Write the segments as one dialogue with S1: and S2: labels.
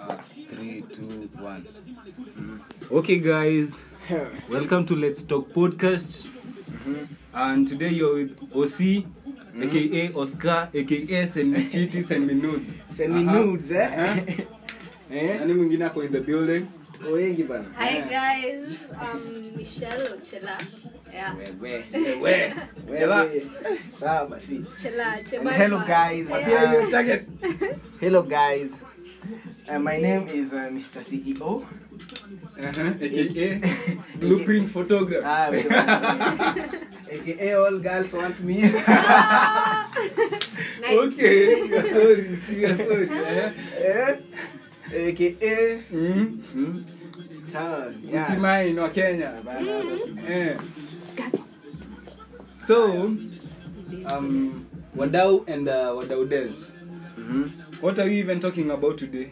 S1: Uh, three two one Mm-hmm. okay guys welcome to let's talk podcast Mm-hmm. and today you're with oc aka oscar aka send me chiti send me nudes
S2: Send me
S1: Aha.
S2: nudes, eh?
S1: Aha.
S2: Eh?
S1: nani mwingine ako in the building
S2: Tuko wengi bana
S3: Hi guys, um, Michelle Chela. Yeah,
S2: Wewe.
S1: we chela
S2: Wewe. Sawa basi.
S3: Chela
S2: And
S3: Chebarwa.
S2: hello guys.
S3: Yeah.
S2: Uh, Hello guys. Uh, my name is uh, Mr. CEO.
S1: Aha, aka blueprint photographer
S2: Ah, we AKA eh, all girls want me.
S3: Nice.
S1: okay we are sorry we are sorry Eh?
S2: Eh? AKA
S1: Mm, mm.
S2: Sawa. Yeah.
S1: mtimaini wa kenya
S2: Bana,
S1: Eh. so um, wadau and uh, wadau des
S2: Mhm.
S1: what are we even talking about today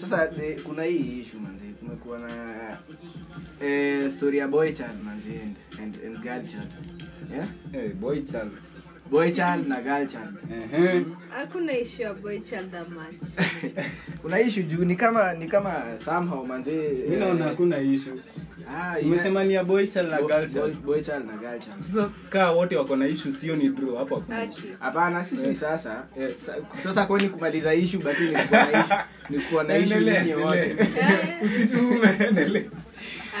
S2: sasa the, kuna hii issue manzi kumekuwa na eh, story ya boy child manzi and, and, and girl child yeah?
S1: hey, boy child Uh-huh.
S2: boy child na girl child
S1: Ehe.
S3: Hakuna issue ya boy child that much.
S2: kuna issue juu ni kama ni kama somehow eh, ah, manzi
S1: mi naona hakuna ishu umesema ni ya boy child na girl child
S2: boy child na girl child
S1: sasa kaa wote wako na ishu sio ni draw hapo hakuna issue.
S3: Haki.
S2: hapana sisi sasa eh, sa- sasa kwani kumaliza issue basi ni kuwa na issue ni kuwa na issue
S1: Endelea,
S2: nyinyi wote
S1: endelea.
S3: Eh,
S1: usitume endelea.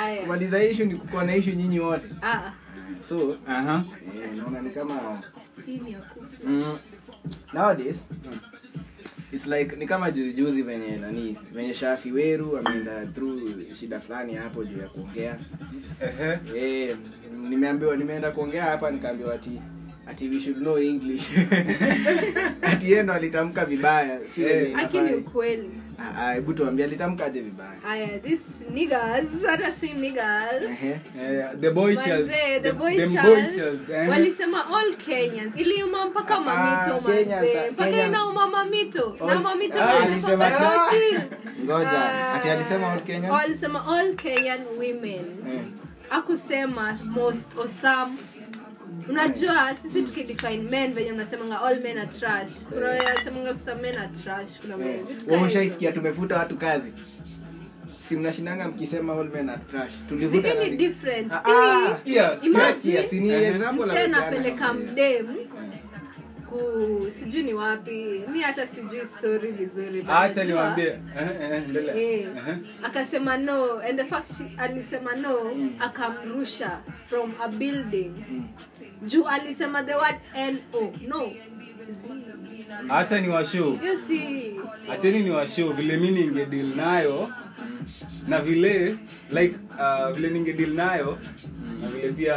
S3: Haya.
S2: kumaliza issue ni kuwa na issue nyinyi wote
S3: Ah,
S2: so
S1: Aha.
S2: eh, naona ni kama
S3: hii ni ya kufa.
S2: Mm. nowadays
S1: Hmm.
S2: it's like ni kama juzi juzi venye nani venye shafi weru ameenda through shida fulani hapo juu ya kuongea
S1: Ehe.
S2: eh nimeambiwa nimeenda kuongea hapa nikaambiwa ati ati we should know english ati yeye ndo alitamka vibaya si
S1: Eh.
S2: venye
S3: Haki ni
S2: inafaa.
S3: ukweli.
S2: Ah, ah, hebu tuambie alitamka aje vibaya
S3: Haya, this niggas, hata si niggas.
S2: Ehe.
S1: Eh, the boy child
S3: Manze, the boy
S1: the
S3: child.
S1: boy child eh.
S3: walisema all kenyans iliuma mpaka
S2: Ah,
S3: mamito
S2: Kenyans, ah,
S3: manze mpaka
S2: Kenyans.
S3: inauma mamito na
S2: All-
S3: mamito
S2: Ah,
S3: ndo
S2: alisema-
S3: imekuwa chochis.
S2: ngoja
S3: Ah,
S2: ati alisema all Kenyans?
S3: walisema all kenyan women
S2: Eh.
S3: akusema most or some unajua sisi tukidefine men venye mnasemanga all men are trash kuna wenye wanasemanga some men are trash kuna wenye
S2: Eh,
S3: vitu
S2: wewe
S3: kama hizo.
S2: ushaisikia tumefuta watu kazi si mnashindanga mkisema all men are trash tulivuta
S3: Zingine ni
S2: nani?
S3: different
S2: Ah, ah,
S3: Hii-
S1: Sikia, sikia.
S3: Imagine-
S2: Yes, yes, ni
S1: Ehe.
S2: example Eh,
S3: msee
S2: amepeana.
S3: anapeleka mdem ku sijui ni wapi mi hata sijui story vizuri but
S1: acha
S3: najua-
S1: niwaambie Uh-huh, Ehe, ehe, endelea.
S3: Eh,
S1: Ehe.
S3: akasema no and the fact she, alisema no akamrusha from a building juu alisema the word no no
S1: hata ni washow
S3: hiyo si
S1: acheni ni washow vile mi ningedil nayo na vile like uh, vile ningedil nayo na vile pia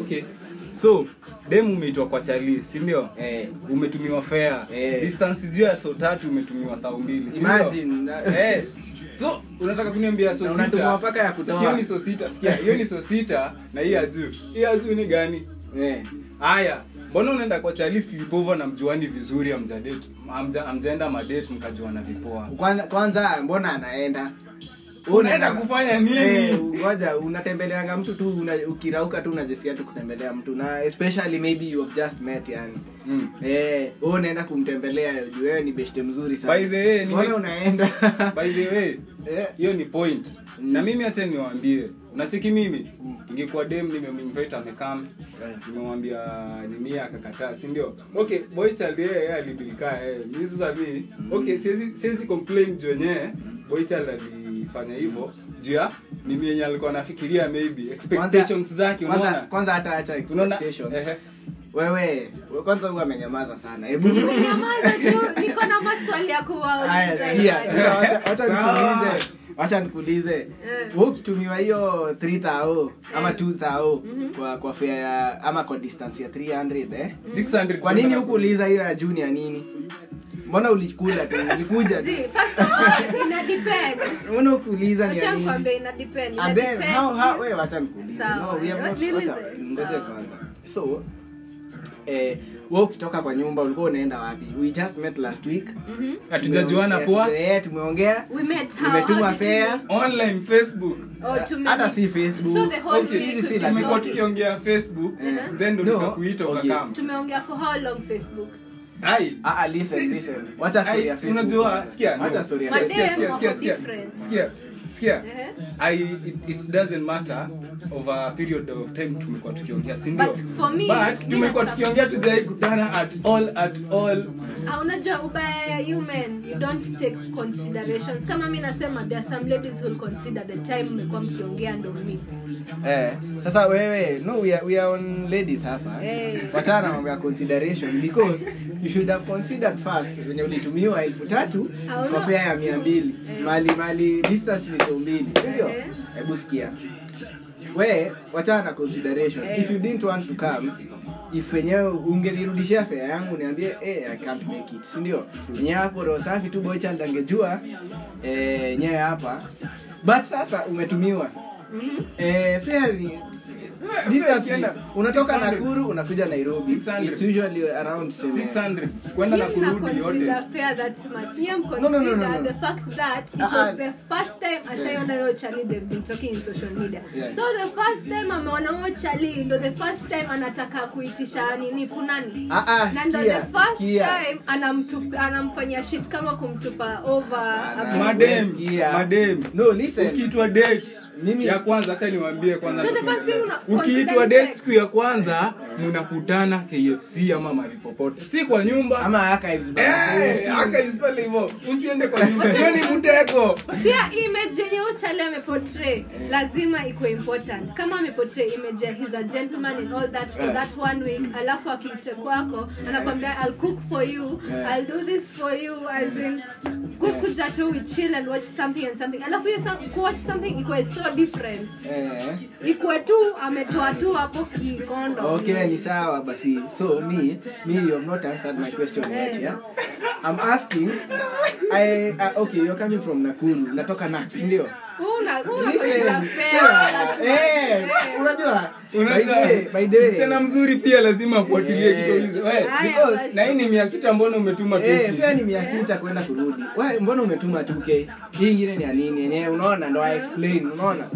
S1: okay so dem umeitwa kwa chali sindio
S2: Eh,
S1: umetumiwa fea
S2: Eh.
S1: distance juu ya so tatu umetumiwa thao mbili si ndio?
S2: imagine, na-
S1: Eh, so unataka kuniambia so
S2: Na
S1: sita.
S2: unatumiwa mpaka ya kutoa.
S1: hiyo ni so sita sikia hiyo ni so sita na hii ya juu hii ya juu ni gani
S2: Eh,
S1: haya mbona unaenda kwa chalis lipovo na mjuani vizuri amjadate amja, amjaenda madate mkajuana vipoa
S2: kwanza- kwanza mbona anaenda
S1: unaenda kufanya nini
S2: Eh, ngoja unatembeleanga mtu tu una, ukirauka tu unajisikia tu kutembelea mtu na especially maybe you have just met yani
S1: Mm.
S2: Eh, wewe unaenda kumtembelea juu wewe ni beshte mzuri sana
S1: By the way, nime-
S2: Mbona unaenda
S1: by the way
S2: Eh.
S1: hiyo ni point
S2: Mm.
S1: na mimi hata niwaambie unacheki mimi ingekuwa dem nimemvita amekam nimemwambia nini akakataa si ndio okay boy child yeye yeye alibilika yeye mimi sasa mimi okay siwezi siwezi complain juu yenyewe boy child alifanya hivyo juu ya mimi yenye alikuwa anafikiria maybe expectations zake
S2: kwanza,
S1: unaona
S2: kwanza hata acha
S1: unaona Eh.
S2: expectations
S1: Ehe.
S2: wewe we- kwanza huwa amenyamaza sana hebu
S3: nimenyamaza juu niko na maswali ya
S2: Aya,
S3: kuwauliza
S2: sikia.
S3: jamani.
S2: Sasa wacha- wacha
S1: Sawa.
S2: nikuulize. wacha nikuulize
S3: Eh.
S2: wewe ukitumiwa hiyo 3000 ama
S3: Eh.
S2: 2000 kwa kwa fare ya ama kwa distance ya 300 eh
S1: 600
S2: kwa nini hukuuliza hiyo ya juni ya nini mbona ulikula tu ulikuja tu
S3: Zii, first of all, ina depend.
S2: mbona ukuuliza ni ya
S3: Wacha
S2: nini
S3: nikwambie ina depend, ina
S2: And then,
S3: depend.
S2: how- how- wewe wacha nikuulize.
S3: Sawa,
S2: No, we have not-
S3: niulize.
S2: wacha- ngoja
S3: Sawa.
S2: kwanza. so eh, wewe ukitoka kwa nyumba ulikuwa unaenda wapi we just met last week
S3: Mhm.
S1: hatujajuana poa
S2: Eh, tumeongea
S3: We met how-
S2: nimetuma
S3: how did you-
S2: fea
S1: online facebook
S3: Oh, tume-
S2: hata si
S3: So
S2: facebook
S3: the whole
S2: si-
S3: thing
S2: hizi
S3: is
S2: si
S3: to
S2: lazima
S1: tumekuwa
S3: Okay.
S1: tukiongea facebook
S2: Eh.
S1: then ndo
S2: No,
S1: nikakuita
S2: okay.
S1: ukakam
S3: tumeongea for how long facebook
S1: Ai.
S2: Ah, ah, listen,
S1: Si-
S2: listen. Wacha story ya
S1: Ai,
S2: Facebook
S1: unajua
S2: kwanza.
S1: sikia no.
S2: Wacha story ya
S1: Sikia,
S3: Madem
S1: sikia, sikia,
S3: wako
S1: sikia, sikia.
S3: different.
S1: Sikia, sikia.
S3: Ehe.
S1: I, it, it doesn't matter of a period of time tumekuwa tukiongea si ndio?
S3: But for me,
S1: but tumekuwa
S3: mina-
S1: tukiongea tujai kutana at all at all
S3: Ah, unajua ubaya ya human you don't take considerations kama mi nasema there are some ladies who'll consider the time mmekuwa mkiongea ndo mi
S2: Eh, sasa wewe no we are, we are on ladies hapa
S3: Eh.
S2: wachana na mambo ya consideration because you should have considered first wenye ulitumiwa elfu tatu
S3: Hauna-
S2: kwa fare ya mia mbili
S3: Eh.
S2: mali mali distance ni elfu mbili sindio
S3: Eh.
S2: hebu sikia we wachana na consideration
S3: Eh.
S2: if you didn't want to come if wenyewe ungenirudishia fea yangu niambie eh, i can't make it sindio nyewe hapo roho safi tu boychild angejua eh, nyewe hapa but sasa umetumiwa
S3: Mhm.
S2: Eh, fare ni- distance ni- unatoka nakuru unakuja nairobi
S1: 600.
S2: It's usually around same-
S1: 600 kwenda na
S3: If na
S1: kurudi yote
S3: consider fair that much. Nyie
S2: No, no, no, no,
S3: mconsider
S2: no.
S3: the fact that it
S2: Ah, ah.
S3: was the first time ashaiona huyo chali they've been talking in social media.
S2: Yeah.
S3: So the first time ameona huyo chali ndo the first time anataka kuitisha nini kunani.
S2: Ah, ah,
S3: Na ndo
S2: sikia,
S3: the first
S2: sikia.
S3: time anamtup- anamfanyia shit kama kumtupa over
S2: Sana.
S3: a-
S1: madem
S2: Sikia.
S1: madem
S2: no listen
S1: ukiitwa date
S2: Mimi-
S1: ya kwanza hata niwaambie kwanza
S3: So the first thing una-
S1: ukiitwa
S3: consider
S1: date
S3: sex.
S1: siku ya kwanza mnakutana kfc ama mahali popote si kwa nyumba
S2: ama archives
S1: Eh,
S2: bana.
S1: aka isipale hivyo usiende kwa nyumba hiyo ni mtego
S3: pia image yenye uchale ameportray lazima iko important kama ameportray image ya he's a gentleman and all that for
S2: Yeah.
S3: that one week alafu akite kwako anakwambia i'll cook for you
S2: Yeah.
S3: i'll do this for you as in kukuja tu we chill and watch something and something alafu hiyo some- kuwatch something ikuwe so different
S2: Eh.
S3: ikuwe tu ametoa tu hapo kikondo
S2: okay ni sawa basi so me me you have not answered my question
S3: Eh.
S2: yet yeah i'm asking I, uh, okay you're coming from nakuru natoka nak ndio
S3: una una
S2: Listen.
S3: fair
S2: Eh, unajua by the way, by the way
S1: tena mzuri pia lazima afuatilie
S2: Yeah.
S1: kitu wewe
S3: Haya,
S2: because-
S3: basi.
S1: na hii ni mia sita mbona umetuma
S2: Eh,
S1: tuki
S2: fare ni mia sita kwenda kurudi Wewe, mbona umetuma 2k hii ingine ni ya nini yenyewe unaona ndo I explain unaona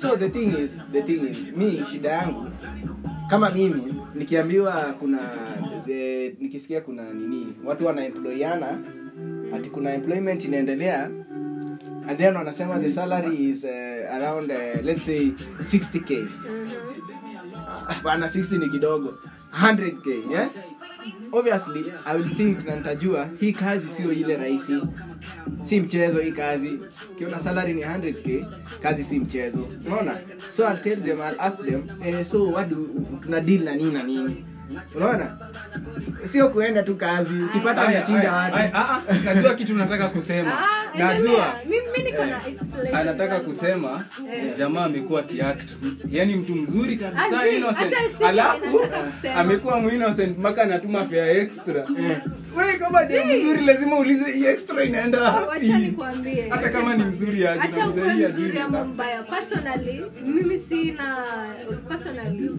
S2: so the thing is the thing is mi shida yangu kama mimi nikiambiwa kuna the, nikisikia kuna nini watu wanaemployana ati kuna employment inaendelea and then wanasema the salary is uh, around uh, let's say 60k Ah, bana 60 ni kidogo 100k yeah? obviously i will think na nitajua hii kazi sio ile rahisi si mchezo hii kazi kiona salary ni 100k kazi si mchezo unaona so i'll tell them i'll ask them eh, so what do tuna deal na nini na nini unaona sio kuenda tu kazi ukipata
S1: Haya,
S2: unachinja
S1: haya,
S2: watu
S1: haya, ah, ah, najua kitu nataka kusema
S3: Ah,
S1: najua anataka kusema
S3: Eh.
S1: jamaa amekuwa kiact yani mtu mzuri
S3: Ah,
S1: kabisa
S3: si,
S1: innocent
S3: hata si
S1: alafu
S3: anataka kusema.
S1: amekuwa muinocent mpaka anatuma fea extra
S2: Eh,
S1: Eh. wewe kama ni mzuri lazima uulize hii extra inaenda wapi
S3: kuambie
S1: hata kama ni mzuri aje
S3: hata
S1: na
S3: ukuwe
S1: mzee
S3: mzuri ama
S1: aje
S3: mbaya personally mimi sina personally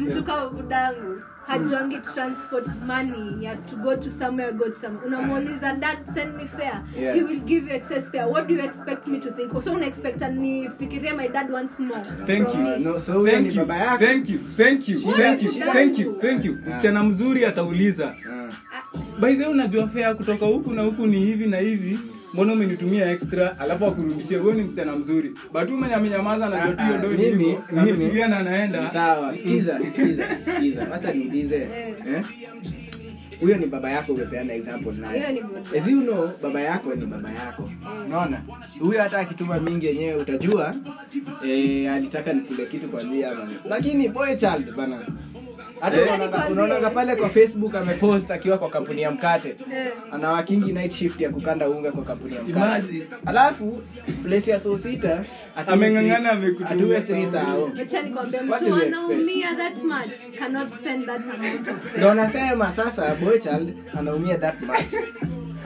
S3: mtu kama budangu hajuangi transport money ya to go to somewhere go to somewhere unamuuliza dad send me fare
S2: Yeah.
S3: he will give you excess fare what do you expect me to think so una expect nifikirie my dad once more
S1: Thank
S3: from
S1: you.
S3: me?
S2: Ah, no, so huyo ni
S1: Thank you,
S2: baba yako
S1: thank you, thank you,
S3: Shida
S1: thank you,
S3: yangu.
S1: thank you, thank you. msichana mzuri atauliza
S2: Ah.
S1: by the way unajua fea kutoka huku na huku ni hivi na hivi mbona umenitumia extra alafu akurudishie wewe ni msichana mzuri but mwenye amenyamaza anajua tu hiyo doi ni
S2: Mimi-
S1: hivyo,
S2: mimi-
S1: ametulia na anaenda
S2: sawa sikiza sikiza sikiza wacha niulize eh? huyo ni baba yako umepeana example
S3: Hiyo
S2: naye
S3: ni buda.
S2: as you know baba yako ni baba yako unaona huyo hata akituma mingi yenyewe utajua eh, alitaka nikule kitu kwa njia ama- lakini boy child bana hata
S3: Acha
S2: unaonanga-
S3: nikwambie.
S2: unaonanga pale kwa facebook amepost akiwa kwa kampuni ya mkate
S3: Eh.
S2: anawakingi night shift ya kukanda unga kwa kampuni ya
S1: Imagine.
S2: mkate alafu place ya saa sita atume
S1: Ameng'ang'ana
S2: three-
S1: amekutumia kwa
S2: atume 3000.
S3: Acha nikwambie
S2: What
S3: mtu
S2: do you expect?
S3: anaumia that much cannot send that amount of fare.
S2: ndo nasema sasa boychild anaumia that much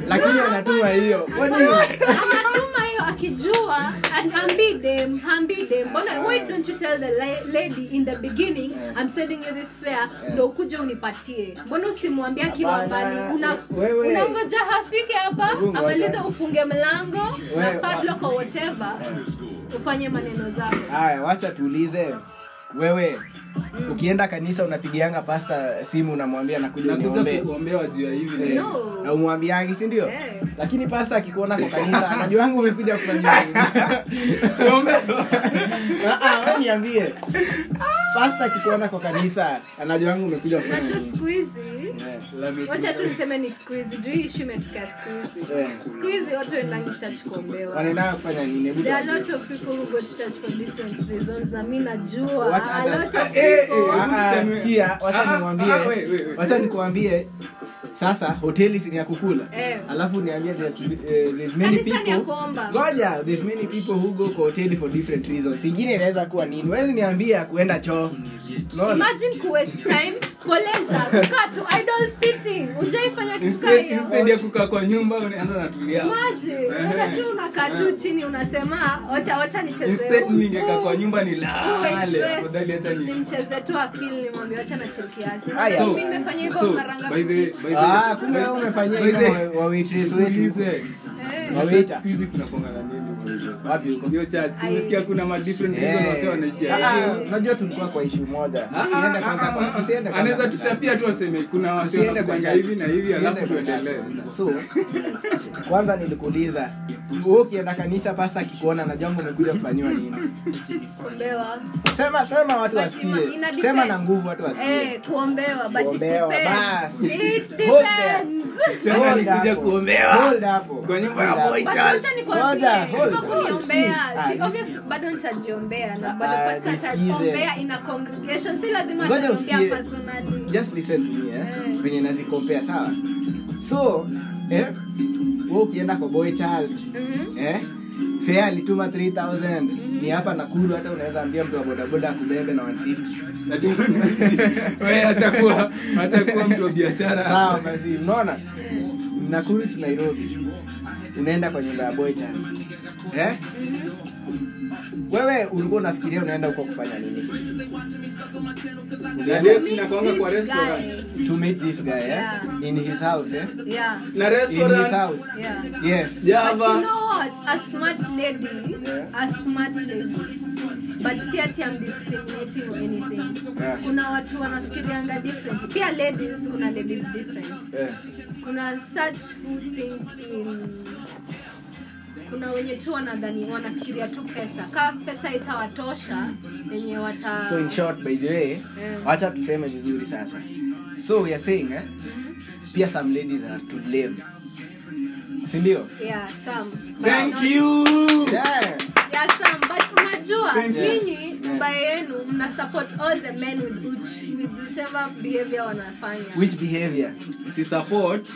S2: lakini anatuma hiyo What do you-
S3: anatuma hiyo akijua and ambii dem hambii dem mbona why don't you tell the la- lady in the beginning i'm sending you this fare ndo ukuje unipatie mbona usimwambie akiwa
S2: Hapana,
S3: mbali Una-
S2: wewe.
S3: unangoja hafike hapa
S2: Hebu ngoja.
S3: amalize ufunge mlango na
S2: Wewe, wa-
S3: padlock or whatever ufanye maneno zako
S2: haya wacha tuulize wewe ukienda kanisa unapigianga pasta simu unamwambia nakuja
S1: nakuja
S2: uniombee
S1: kuombewa juu ya hivi
S2: Eh,
S1: leo.
S3: No.
S2: na umwambiangi si ndio
S3: Eh.
S2: lakini pasta akikuona kwa kanisa anajua wangu umekuja kufanya nini.
S1: Eh,
S2: Ah, ah, wewe niambie pasta akikuona kwa kanisa anajua wangu umekuja kufanya
S3: najua
S2: nini. Eh,
S3: siku hizi wacha tu niseme ni siku hizi juu hii ishu imetokea siku hizi
S2: Eh,
S3: siku hizi watu waendangi church kuombewa
S2: wanaendanga kufanya nini Hebu
S3: There are a
S2: tuambie.
S3: lot of people who go to church for different reasons. I mean, najua.
S2: What
S3: A
S2: other-
S3: lot of
S1: Eh, eh,
S3: people.
S1: hebu
S2: Ah, ah,
S1: tuchanue.
S2: sikia, wacha
S1: Ah, ah,
S2: niwaambie-
S1: ah, we, we, we.
S2: wacha nikuambie sasa hoteli si ni ya kukula
S3: Eh.
S2: alafu niambie there's, eh, there's many
S3: Kanisa ni ya
S2: people
S3: kuomba.
S2: ngoja there's many people who go kwa hoteli for different reasons ingine inaweza kuwa nini wezi niambia kuenda choo unaona
S3: Imagine ku waste time uh, for leisure. Kukaa tu idle sitting. Hujaifanya kitu kaa
S1: Instead-
S3: hiyo.
S1: instead ya kukaa kwa nyumba unaanza natulia
S3: Imagine.
S1: Eh.
S3: Sasa tu unakaa tu chini unasema wacha wacha nicheze.
S1: Instead
S3: huku.
S1: ningekaa kwa nyumba
S3: Huku
S1: nilale
S3: express.
S1: afadhali hata ni Ah,
S3: Nimcheze tu akili nimwambie wacha na cheki yake.
S2: Aya.
S3: Mimi nimefanya hivyo
S1: So,
S3: mara
S1: by the-
S3: ngapi?
S1: by the-
S2: Ah, kumbe wewe umefanyia
S1: by the-
S2: hivyo wa- wa waitress wetu.
S1: Nikuulize,
S3: Eh.
S2: Wawaita.
S1: siku hizi kunakuanga na nini?
S2: wapi huko
S1: Hiyo chat, si umesikia kuna ma different
S2: Eh.
S1: reason wase wanaishia
S2: Ah, ah,
S1: hivi?
S2: unajua tulikuwa kwa ishu moja
S1: Ah, ah,
S2: Usiende
S1: ah,
S2: kwanza kwa-
S1: ah,
S2: usiende
S1: ah.
S2: kwanza
S1: anaweza
S2: kwa-
S1: tuchapia tu aseme kuna wase
S2: Usiende kwa
S1: wanakufanya
S2: church.
S1: hivi na hivi
S2: Usiende
S1: alafu
S2: kwa church.
S1: tuendelee
S2: so kwanza nilikuuliza wewe ukienda kanisa pasa akikuona na jambo umekuja kufanyiwa nini
S3: Kuombewa.
S2: sema sema watu
S3: But
S2: wasikie
S3: ina- ina depend.
S2: sema na nguvu watu wasikie
S3: Eh, kuombewa but it
S2: Kuombewa,
S3: depends.
S2: basi.
S3: It
S2: Hold there.
S3: depends.
S1: Tena
S2: Hold
S1: nikuja
S2: hapo.
S1: kuombewa.
S2: Hold hapo.
S1: Kwa nyumba ya
S2: Hold hapo.
S1: boy.
S3: But
S1: Charles.
S3: wacha
S2: Ngoja,
S3: nikwambie,
S2: hold.
S3: kwa kuniombea,
S2: Ah,
S3: si- obvious, bado nitajiombea na
S2: Ah,
S3: bado pastor
S2: nisikize.
S3: ataombea in a congregation si lazima
S2: Ngoja usikie.
S3: ataniombea personally
S2: just listen to me eh
S3: Eh.
S2: venye nazikompea sawa so eh wewe ukienda kwa boy child
S3: Mhm.
S2: eh fea alituma 3000 ni hapa nakuru hata unaweza ambia mtu wa bodaboda akubebe na 150
S1: Ati- Wewe atakuwa atakuwa mtu wa biashara
S2: sawa basi unaona
S3: Mhm.
S2: nakuru tu nairobi unaenda kwa nyumba ya bocha eh? wewe ulikuwa unafikiria unaenda huko kufanya nini
S1: Na
S2: Unaenda
S1: date inakuanga kwa
S3: This guy.
S1: restaurant.
S2: to meet this guy eh?
S3: Yeah.
S2: in his house eh?
S3: Yeah,
S1: na
S2: in his
S1: restaurant
S2: house
S3: yeah.
S2: yes
S3: But you
S1: java
S3: know what? A smart lady,
S2: Yeah.
S3: a smart lady. But si ati I'm discriminating or anything.
S2: Yeah.
S3: Kuna watu wanafikirianga different. Pia ladies, kuna ladies different.
S1: Eh,
S3: kuna such who think in kuna wenye tu wanadhani wanafikiria tu pesa kaa pesa itawatosha yenye wata
S2: so in short by the way
S3: Yeah.
S2: wacha tuseme vizuri sasa so we are saying eh? pia some ladies are to blame sindio
S3: yeah, some, but
S1: thank
S3: not-
S1: you
S2: yeah.
S3: Yeah, some, but unajua
S1: Thank you.
S3: nyinyi by yenu mna support all the men with, which, with whatever behavior wanafanya
S2: which behavior
S1: si support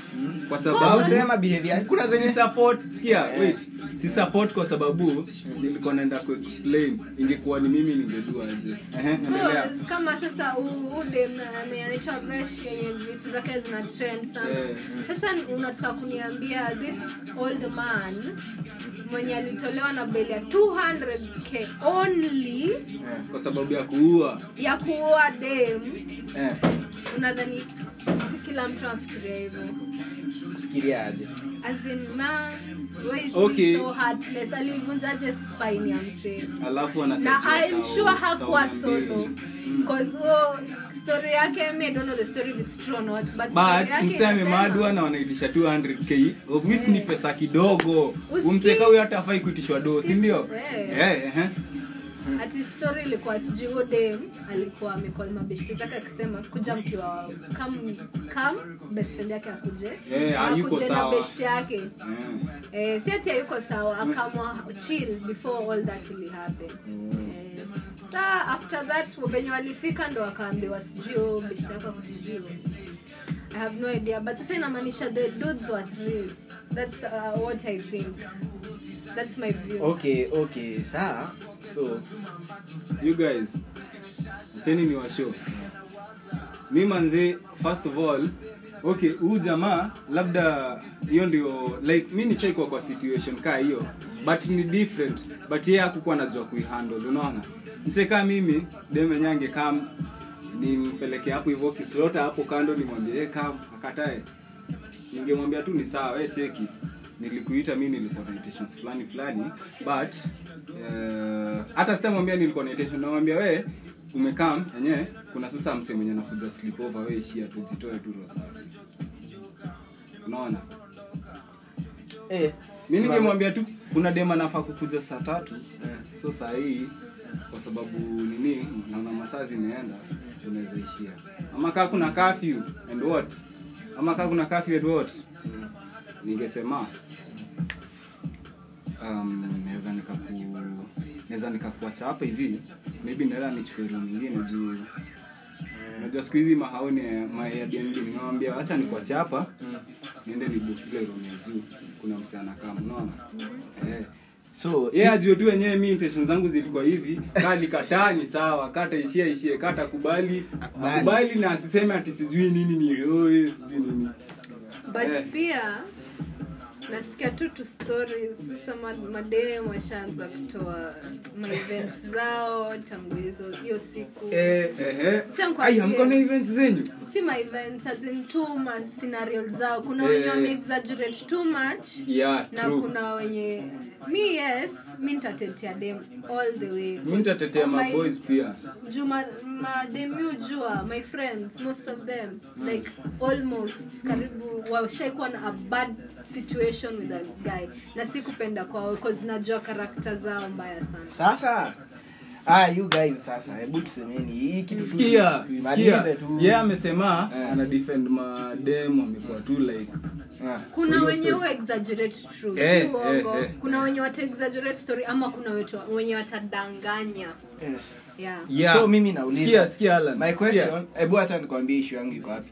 S1: kwa
S3: Oh,
S1: sababu
S2: ausema behavior kuna
S1: Si
S2: zenye
S1: support sikia wait si support kwa sababu nilikuwa naenda kuexplain ingekuwa ni mimi ningejua aje Ehe, endelea
S3: So, kama sasa huu- huu dem ame- anaitwa Vesh yenye vitu zake zina trend sana
S1: Eh,
S3: sasa unataka kuniambia this old man mwenye alitolewa na beli ya 200k only
S1: kwa sababu ya kuua
S3: ya kuua dem
S2: eh,
S3: unadhani kila mtu afikiria hivyo
S2: fikiria aje
S3: As in, man, why is he
S1: Okay.
S3: so heartless? alivunjaje spine ya msee
S1: alafu
S3: na I'm sure hakuwa solo
S1: solo
S3: because oh, story yake I mean, I don't know the story if it's true or not but story
S1: but
S3: yake
S1: msee amemadwa
S3: inasema-
S1: na wanaitisha 200k of which ni pesa kidogo
S3: Usi-
S1: umseka huyo hata afai kuitishwa do si ndio
S3: Eh.
S1: Eh, ehe.
S3: ati story ilikuwa sijui huyo dem alikuwa amecall mabeshte zake akisema kuja mkiwa kam kam best friend yake akuje
S1: Eh, hayuko
S3: Akuje na
S1: sawa.
S3: beshte yake eh, si ati hayuko sawa akamwa chill before all that will happen Eh, sa after that wenye walifika ndo wakaambiwa sijui beshte yako akujijua I have no idea but sasa inamaanisha the dudes were three that's uh, what I think that's my view
S2: okay okay sawa so
S1: you guys acheni ni washo mi manzi first of all okay huu jamaa labda hiyo ndio like mi nishaikuwa kwa situation kaa hiyo but ni different but yeye hakukuwa najua kuihandle unaona msekaa mimi demenyange kam nimpeleke hapo hivyo kislota hapo kando nimwambie hey, kam akatae ningemwambia tu ni sawa we cheki nilikuita mi nilikuwa na intentions fulani fulani but eh, hata sitamwambia nilikuwa na intention namwambia we umekam enyewe kuna sasa msemenye nakuja slipova we ishia tujitoe tu roho safi unaona
S2: Eh,
S1: mi
S2: Mama.
S1: ningemwambia tu kuna dema nafaa kukuja saa tatu so saa hii kwa sababu nini naona masaa zimeenda unaweza ishia ama kaa kuna kafyu and what ama kaa kuna kafyu and what ningesema um, naweza nikaku naweza nikakuacha hapa hivi maybe naweza nichukue room nyingine juu najua siku hizi mahaoni maadnd nawambia hacha nikuacha hapa niende nibukile room ya juu kuna msichana kama unaona eh
S2: so
S1: ye yeah, ajue tu wenyewe mi intention zangu zilikuwa hivi kalikataa ni sawa kata ishia ishie kata kubali
S2: Akubali.
S1: akubali na asiseme ati sijui nini ni oh, eh, sijui nini
S3: but
S1: Eh.
S3: pia nasikia tu tu stories sasa madem washaanza kutoa maevents zao tangu hizo hiyo siku
S1: eh, eh, eh.
S3: Acha nikwambie.
S1: Ai, hamkuwa na event zenyu
S3: si maevents as in too much scenario zao kuna
S1: Eh.
S3: wenye wameexaggerate too much
S1: yeah,
S3: na
S1: true.
S3: kuna wenye mi yes mi nitatetea dem all the way
S1: mi nitatetea
S3: My-
S1: maboys pia
S3: juu ma- madem mi hujua my friends most of them like almost karibu washaikuwa na a bad situation with a guy na si kupenda kwao cause najua karakta zao mbaya sana
S2: sasa ah, you guys sasa hebu tusemeni hii kitu tu-
S1: sikia
S2: tuimalize
S1: sikia
S2: tu.
S1: ye amesema
S2: Eh.
S1: ana defend madem amekuwa tu like
S2: Ah.
S3: kuna
S1: So,
S3: wenye
S1: hiyo
S3: hu exaggerate truth
S1: Eh,
S3: si uongo
S1: eh, eh.
S3: kuna wenye wata exaggerate story ama kuna wetu, wenye watadanganya
S2: Yes.
S3: yeah
S1: yeah.
S2: So, mimi nauliza.
S1: sikia sikia Mhm. Alan
S2: my question hebu hata nikwambie ishu yangu iko wapi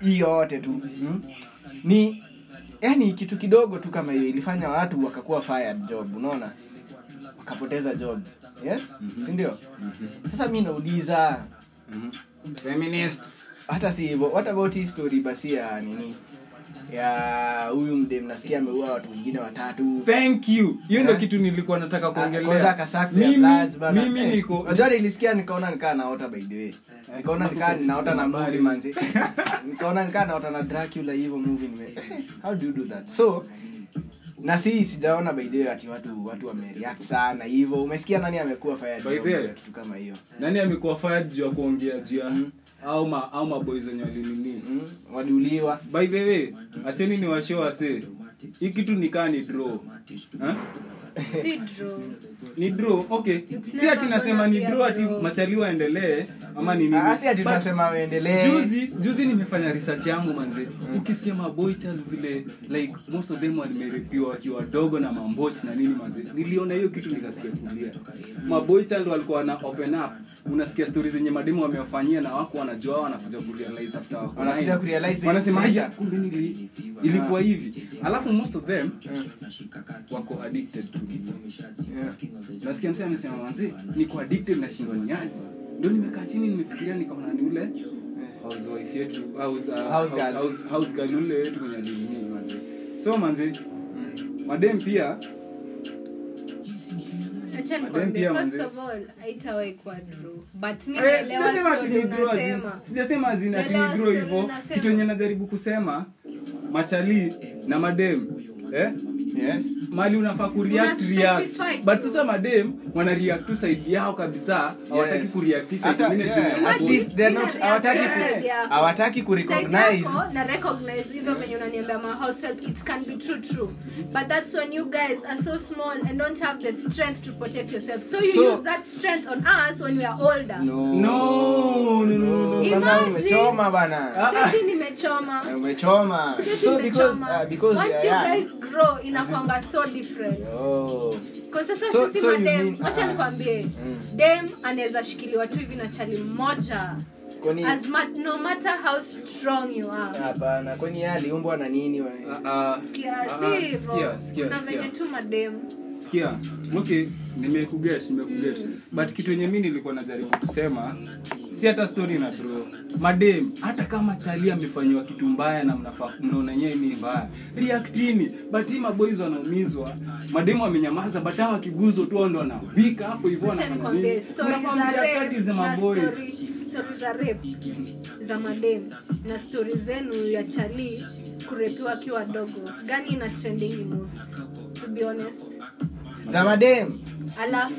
S2: hii yote tu
S1: Mhm.
S2: ni yani kitu kidogo tu kama hiyo ilifanya watu wakakuwa fired job unaona wakapoteza job yes
S1: Mhm.
S2: sindio sasa mi nauliza Mm-hmm.
S1: feminist
S2: hata si hivyo what about hii story basi ya nini ya huyu mdem nasikia ameua watu wengine watatu
S1: thank you hiyo ndo
S2: Eh?
S1: kitu nilikuwa nataka
S2: kwanza
S1: kuongelea
S2: akasack their
S1: mimi
S2: bloods bana.
S1: mimi
S2: Eh,
S1: niko Eh.
S2: unajua nilisikia nikaona nikaa naota by the way nikaona nikaa naota na movie manzi nikaona nikaa naota na dracula hivyo movie nime eh, how do you do that so na si sijaona by the way ati watu watu wamereact sana hivyo umesikia nani amekuwa fired
S1: By the
S2: job
S1: way.
S2: ya kitu kama hiyo
S1: nani amekuwa fired juu ya kuongea juu ya au ma au maboys wenye walinini
S2: mm? waliuliwa
S1: by the way acheni ni washow wase hii kitu nikaa ni draw ha?
S3: si draw
S1: ni draw okay si ati nasema ni draw ati machali waendelee ama ni nini
S2: Ah, si ati
S1: But-
S2: tunasema waendelee
S1: juzi juzi nimefanya research yangu manze ukisikia maboy child vile like most of them walimerepiwa wakiwa wadogo na mamboch na nini manze niliona hiyo kitu nikasikia kulia maboy child walikuwa wana open up unasikia stori zenye mademu wamewafanyia na wako wanajua wao wanakuja kurealize after wako
S2: Wanakuja
S1: nine.
S2: kurealize
S1: wanasema
S2: hivi.
S1: haya kumbe nili ilikuwa hivi alafu most of them
S2: Eh.
S1: wako addicted to it."
S2: Yeah.
S1: nasikia msee amesema manzi niko addicted na shindwa nyaji ndio nimekaa chini nimefikiria nikaona ni ule housewife yetu house- uh,
S2: House girl.
S1: house- house- house girl ule yetu kwenye alinini manzi so manzi madem pia
S3: Acha
S1: Madem
S3: nikwambie,
S1: pia
S3: first
S1: mzee.
S3: of all, haitawahi kuwa draw. But mi
S1: Eh,
S3: naelewa
S1: sijasema ati
S3: story
S1: ni draw zi-
S3: unasema.
S1: sijasema zina
S3: Naelewa
S1: tinidro
S3: story
S1: hivo
S3: unasema.
S1: kitu yenye najaribu kusema machali na madem eh?
S2: Yes.
S1: mali unafaa kureact
S3: Una
S1: react
S3: specify
S1: but
S3: tu.
S1: sasa madem wana react tu side yao kabisa hawataki kureact side
S2: Hata-
S1: nyingine juu ya
S2: yeah, at
S3: Imagine
S1: maboy.
S2: least they're not-
S3: ina
S2: hawataki
S3: reaction
S2: ku-
S3: yako.
S2: hawataki
S3: Side
S2: kurecognize
S3: yako, na recognize hivyo venye unaniambia ma house help, it can be true true but that's when you guys are so small and don't have the strength to protect yourself so you
S2: So-
S3: use that strength on us when we are older
S1: No, no, no, no, no.
S2: Kwanza umechoma bana
S1: Ah,
S3: sisi nimechoma
S2: umechoma
S3: sisi
S2: so because,
S3: nimechoma
S2: uh, because we
S3: once
S2: are
S3: you
S2: young.
S3: guys grow inakwanga so different
S2: Oh.
S3: Kwa sasa
S2: So-
S3: sisi
S2: so you mean-
S3: madem wacha
S2: ah.
S3: nikwambie
S2: Mm.
S3: dem anaweza shikiliwa tu hivi na chali mmoja
S2: Kwani-
S3: As ma- no matter how strong you are
S2: hapana kwani yeye aliumbwa na nini we?
S1: Ah, ah.
S3: Sikia,
S1: Ah,
S2: Uh-huh.
S3: si
S1: sikia,
S3: hivyo
S1: sikia,
S3: kuna venye
S1: sikia.
S3: tu madem
S1: sikia okay nimekuget nimekuget but kitu yenye mi nilikuwa najaribu kusema si hata story na draw madem hata kama chali amefanyiwa kitu mbaya na mnafa- mnaona enyewe ni mbaya reactini but hii maboys wanaumizwa mademu amenyamaza but hawa wakiguzwa tu hao ndo wanavika hapo hivyo
S3: wacha
S1: wanafanya nini
S3: nikwambie story
S1: Mnafaa mreactati
S3: za rape
S1: za
S3: na
S1: maboys
S3: story- story za rape za madem na stori zenu ya chali kurepiwa akiwa dogo gani ina trending most to be honest
S2: za madem
S3: alafu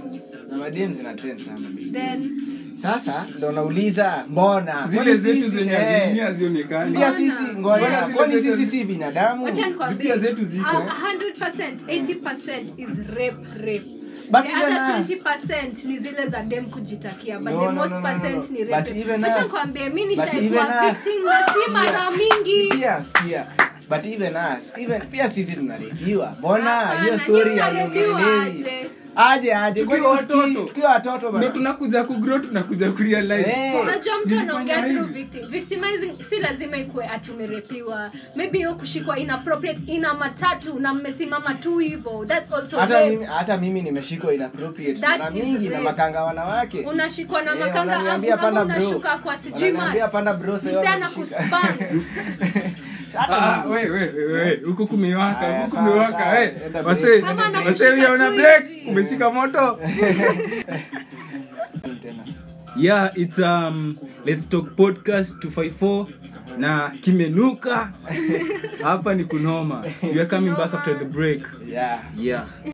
S2: za madem zina trend sana
S3: then
S2: sasa ndo nauliza mbona
S1: zile
S2: Kwani
S1: zetu
S2: sisi-
S1: zenye
S2: eh,
S1: hazimia
S2: pia
S1: zionekani
S3: Mbona?
S2: sisi
S1: Mbona
S2: ngoja
S1: zile
S2: kwani
S1: zetu-
S2: sisi si binadamu
S3: Wacha nikwambie.
S1: Zipia zetu ziko.
S3: Ah, 100%, 80% is rape, rape.
S2: But
S3: The
S2: even
S3: other
S2: us-
S3: 20% ni zile za dem kujitakia but
S2: No,
S3: the
S2: no,
S3: most
S2: no, no, no.
S3: percent ni
S2: But
S3: rape.
S2: even
S3: Wacha
S2: us-
S3: nikwambie, mi
S2: but
S3: nishaikuwa
S2: even us-
S3: victim na si mara mingi
S2: pia pia but even us even pia sisi tunaribiwa mbona
S3: Hapana,
S2: hiyo
S3: nyinyi
S2: story ya
S3: mnaribiwa
S2: yongelei
S3: aje?
S2: aje aje
S1: Tukiwa
S2: kwani wasikii-
S1: watoto.
S2: tukiwa watoto
S1: ndo
S2: bana
S1: tunakuja kugrow tunakuja kurealize
S2: Eh.
S3: unajua mtu
S1: Nilifanya
S3: anaongea through
S1: hivi.
S3: victim. victimizing si lazima ikuwe atumerepiwa maybe hiyo kushikwa inappropriate ina matatu na mmesimama tu hivo thats also
S2: hata
S3: rape.
S2: mimi hata mimi nimeshikwa inappropriate
S3: That
S2: mara
S3: is
S2: mingi na
S3: rape.
S2: makanga wanawake
S3: unashikwa na
S2: Eh,
S3: makanga
S2: wananiambia
S3: au kama
S2: panda bro.
S3: unashuka kwa sijui
S2: Wananiambia
S3: mats.
S2: panda bro, sasa
S3: Mzee
S2: wanashika.
S3: anakuspank.
S2: Hata
S1: Ah,
S2: mimi.
S1: we, we, we, we, huku kumiwaka
S2: Haya,
S1: huku
S2: sawa,
S1: kumiwaka
S2: sawa.
S1: we.
S2: Enda
S1: Wase-
S2: break.
S3: Kama anakushika
S1: wase uyaona
S3: tu
S1: break
S3: hivi.
S1: umeshika moto
S2: Tena.
S1: yeah it's um let's talk podcast 254 na kimenuka hapa ni kunoma we are coming back after the break
S2: yeah
S1: yeah